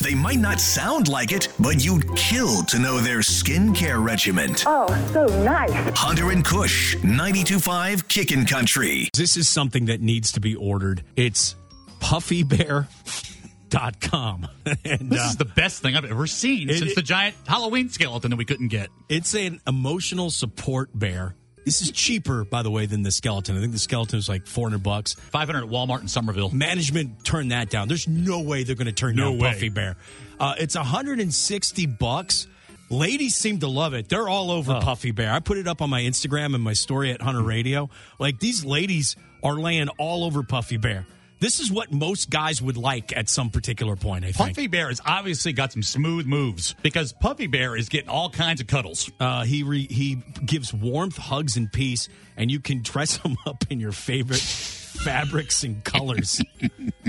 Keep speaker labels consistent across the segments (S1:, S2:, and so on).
S1: They might not sound like it, but you'd kill to know their skincare regimen.
S2: Oh, so nice.
S1: Hunter and Kush, 925 Kickin' Country.
S3: This is something that needs to be ordered. It's puffybear.com. and
S4: This
S3: uh,
S4: is the best thing I've ever seen
S3: It-
S4: since
S3: it-
S4: the giant Halloween skeleton that we couldn't get.
S3: it's an emotional support bear. This is cheaper, by the way, than the skeleton. I think the skeleton is like 400 bucks.
S4: 500 at Walmart in Somerville.
S3: Management turned that down. There's no way they're going to turn
S4: No
S3: down
S4: way.
S3: Puffy Bear. Uh, it's 160 bucks. Ladies seem to love it. They're all
S4: Oh.
S3: over Puffy Bear. I put it up on my Instagram and my story at Hunter Radio. Like these ladies are laying all over Puffy Bear. This is what most guys would like at some particular point. I think.
S4: Puffy Bear has obviously got some smooth moves because Puffy Bear is getting all kinds of cuddles.
S3: Uh, he re- he gives warmth, hugs, and peace, and you can dress him up in your favorite fabrics and colors,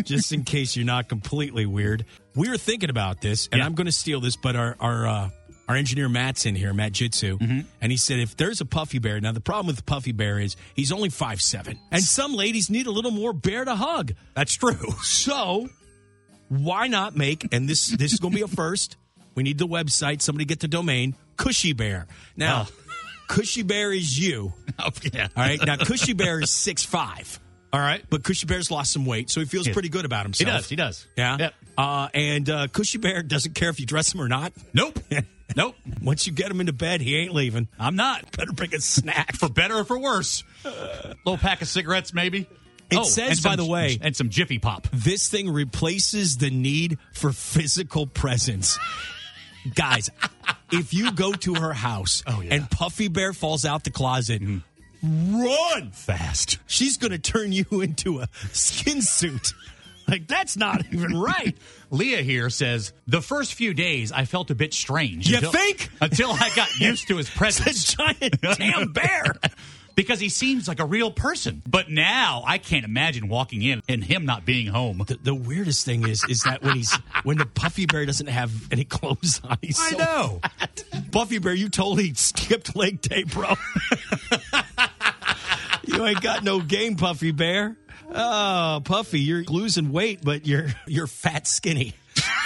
S3: just in case you're not completely weird. We were thinking about this, and I'm going to steal this, but our our uh, our engineer Matt's in here, Matt Jitsu,
S4: Mm-hmm.
S3: and he said if there's a puffy bear. Now the problem with the puffy bear is he's only five seven, and some ladies need a little more bear to hug.
S4: That's true.
S3: So why not make and this this is going to be a first. We need the website. Somebody get the domain. Cushy Bear. Now, Cushy Bear is you.
S4: Oh, yeah.
S3: All right. Now Cushy Bear is six five.
S4: All right.
S3: But Cushy Bear's lost some weight, so he feels pretty good about
S4: He
S3: himself.
S4: does. He does.
S3: Yeah.
S4: Yep.
S3: Uh, and uh, Cushy Bear doesn't care if you dress him or not.
S4: Nope. nope.
S3: Once you get him into bed, he ain't leaving.
S4: I'm not.
S3: Better bring a snack.
S4: For better or for worse. Little pack of cigarettes, maybe. Oh,
S3: It says,
S4: and
S3: by the
S4: some-
S3: way-
S4: and some Jiffy Pop.
S3: this thing replaces the need for physical presence. Guys, if you go to her house
S4: Oh, yeah. Mm-hmm.
S3: and Puffy Bear falls out the closet, run fast. She's going to turn you into a skin suit. Like, that's not even right.
S4: Leah here says the first few days I felt a bit strange.
S3: You think?
S4: Until I got used to his presence.
S3: It's a giant damn bear.
S4: because he seems like a real person. But now I can't imagine walking in and him not being home.
S3: The, the weirdest thing is, is that when he's when the Puffy Bear doesn't have any clothes on, he's so
S4: know.
S3: Buffy Bear, you totally skipped leg day, bro. you ain't got no game, Puffy Bear. Oh, Puffy, you're losing weight, but you're you're fat skinny.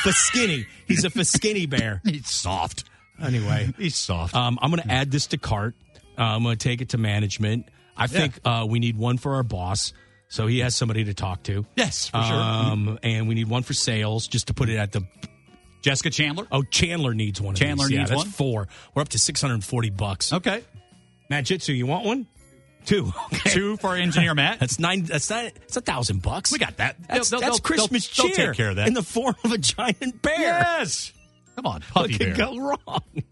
S3: Faskinny. He's a faskinny bear.
S4: He's soft. Uh,
S3: Anyway,
S4: He's soft.
S3: um, I'm going to add this to cart. Uh, I'm going to take it to management. I think uh, we need one for our boss, so he has somebody to talk to.
S4: yes, for sure.
S3: Um, and we need one for sales, just to put it at the
S4: Jessica Chandler.
S3: Oh, Chandler needs one. Of
S4: Chandler
S3: these.
S4: needs
S3: yeah, that's
S4: one?
S3: Four. We're up to six hundred and forty bucks.
S4: Okay.
S3: Matt Jitsu, you want one? Two. Okay.
S4: Two for engineer Matt.
S3: That's nine. That's not. It's a thousand bucks.
S4: We got that.
S3: That's,
S4: They'll- they'll-
S3: that's
S4: they'll-
S3: Christmas
S4: they'll
S3: cheer
S4: take care of that.
S3: in the form of a giant bear.
S4: yes. Come on, puppy
S3: what could
S4: bear.
S3: go wrong?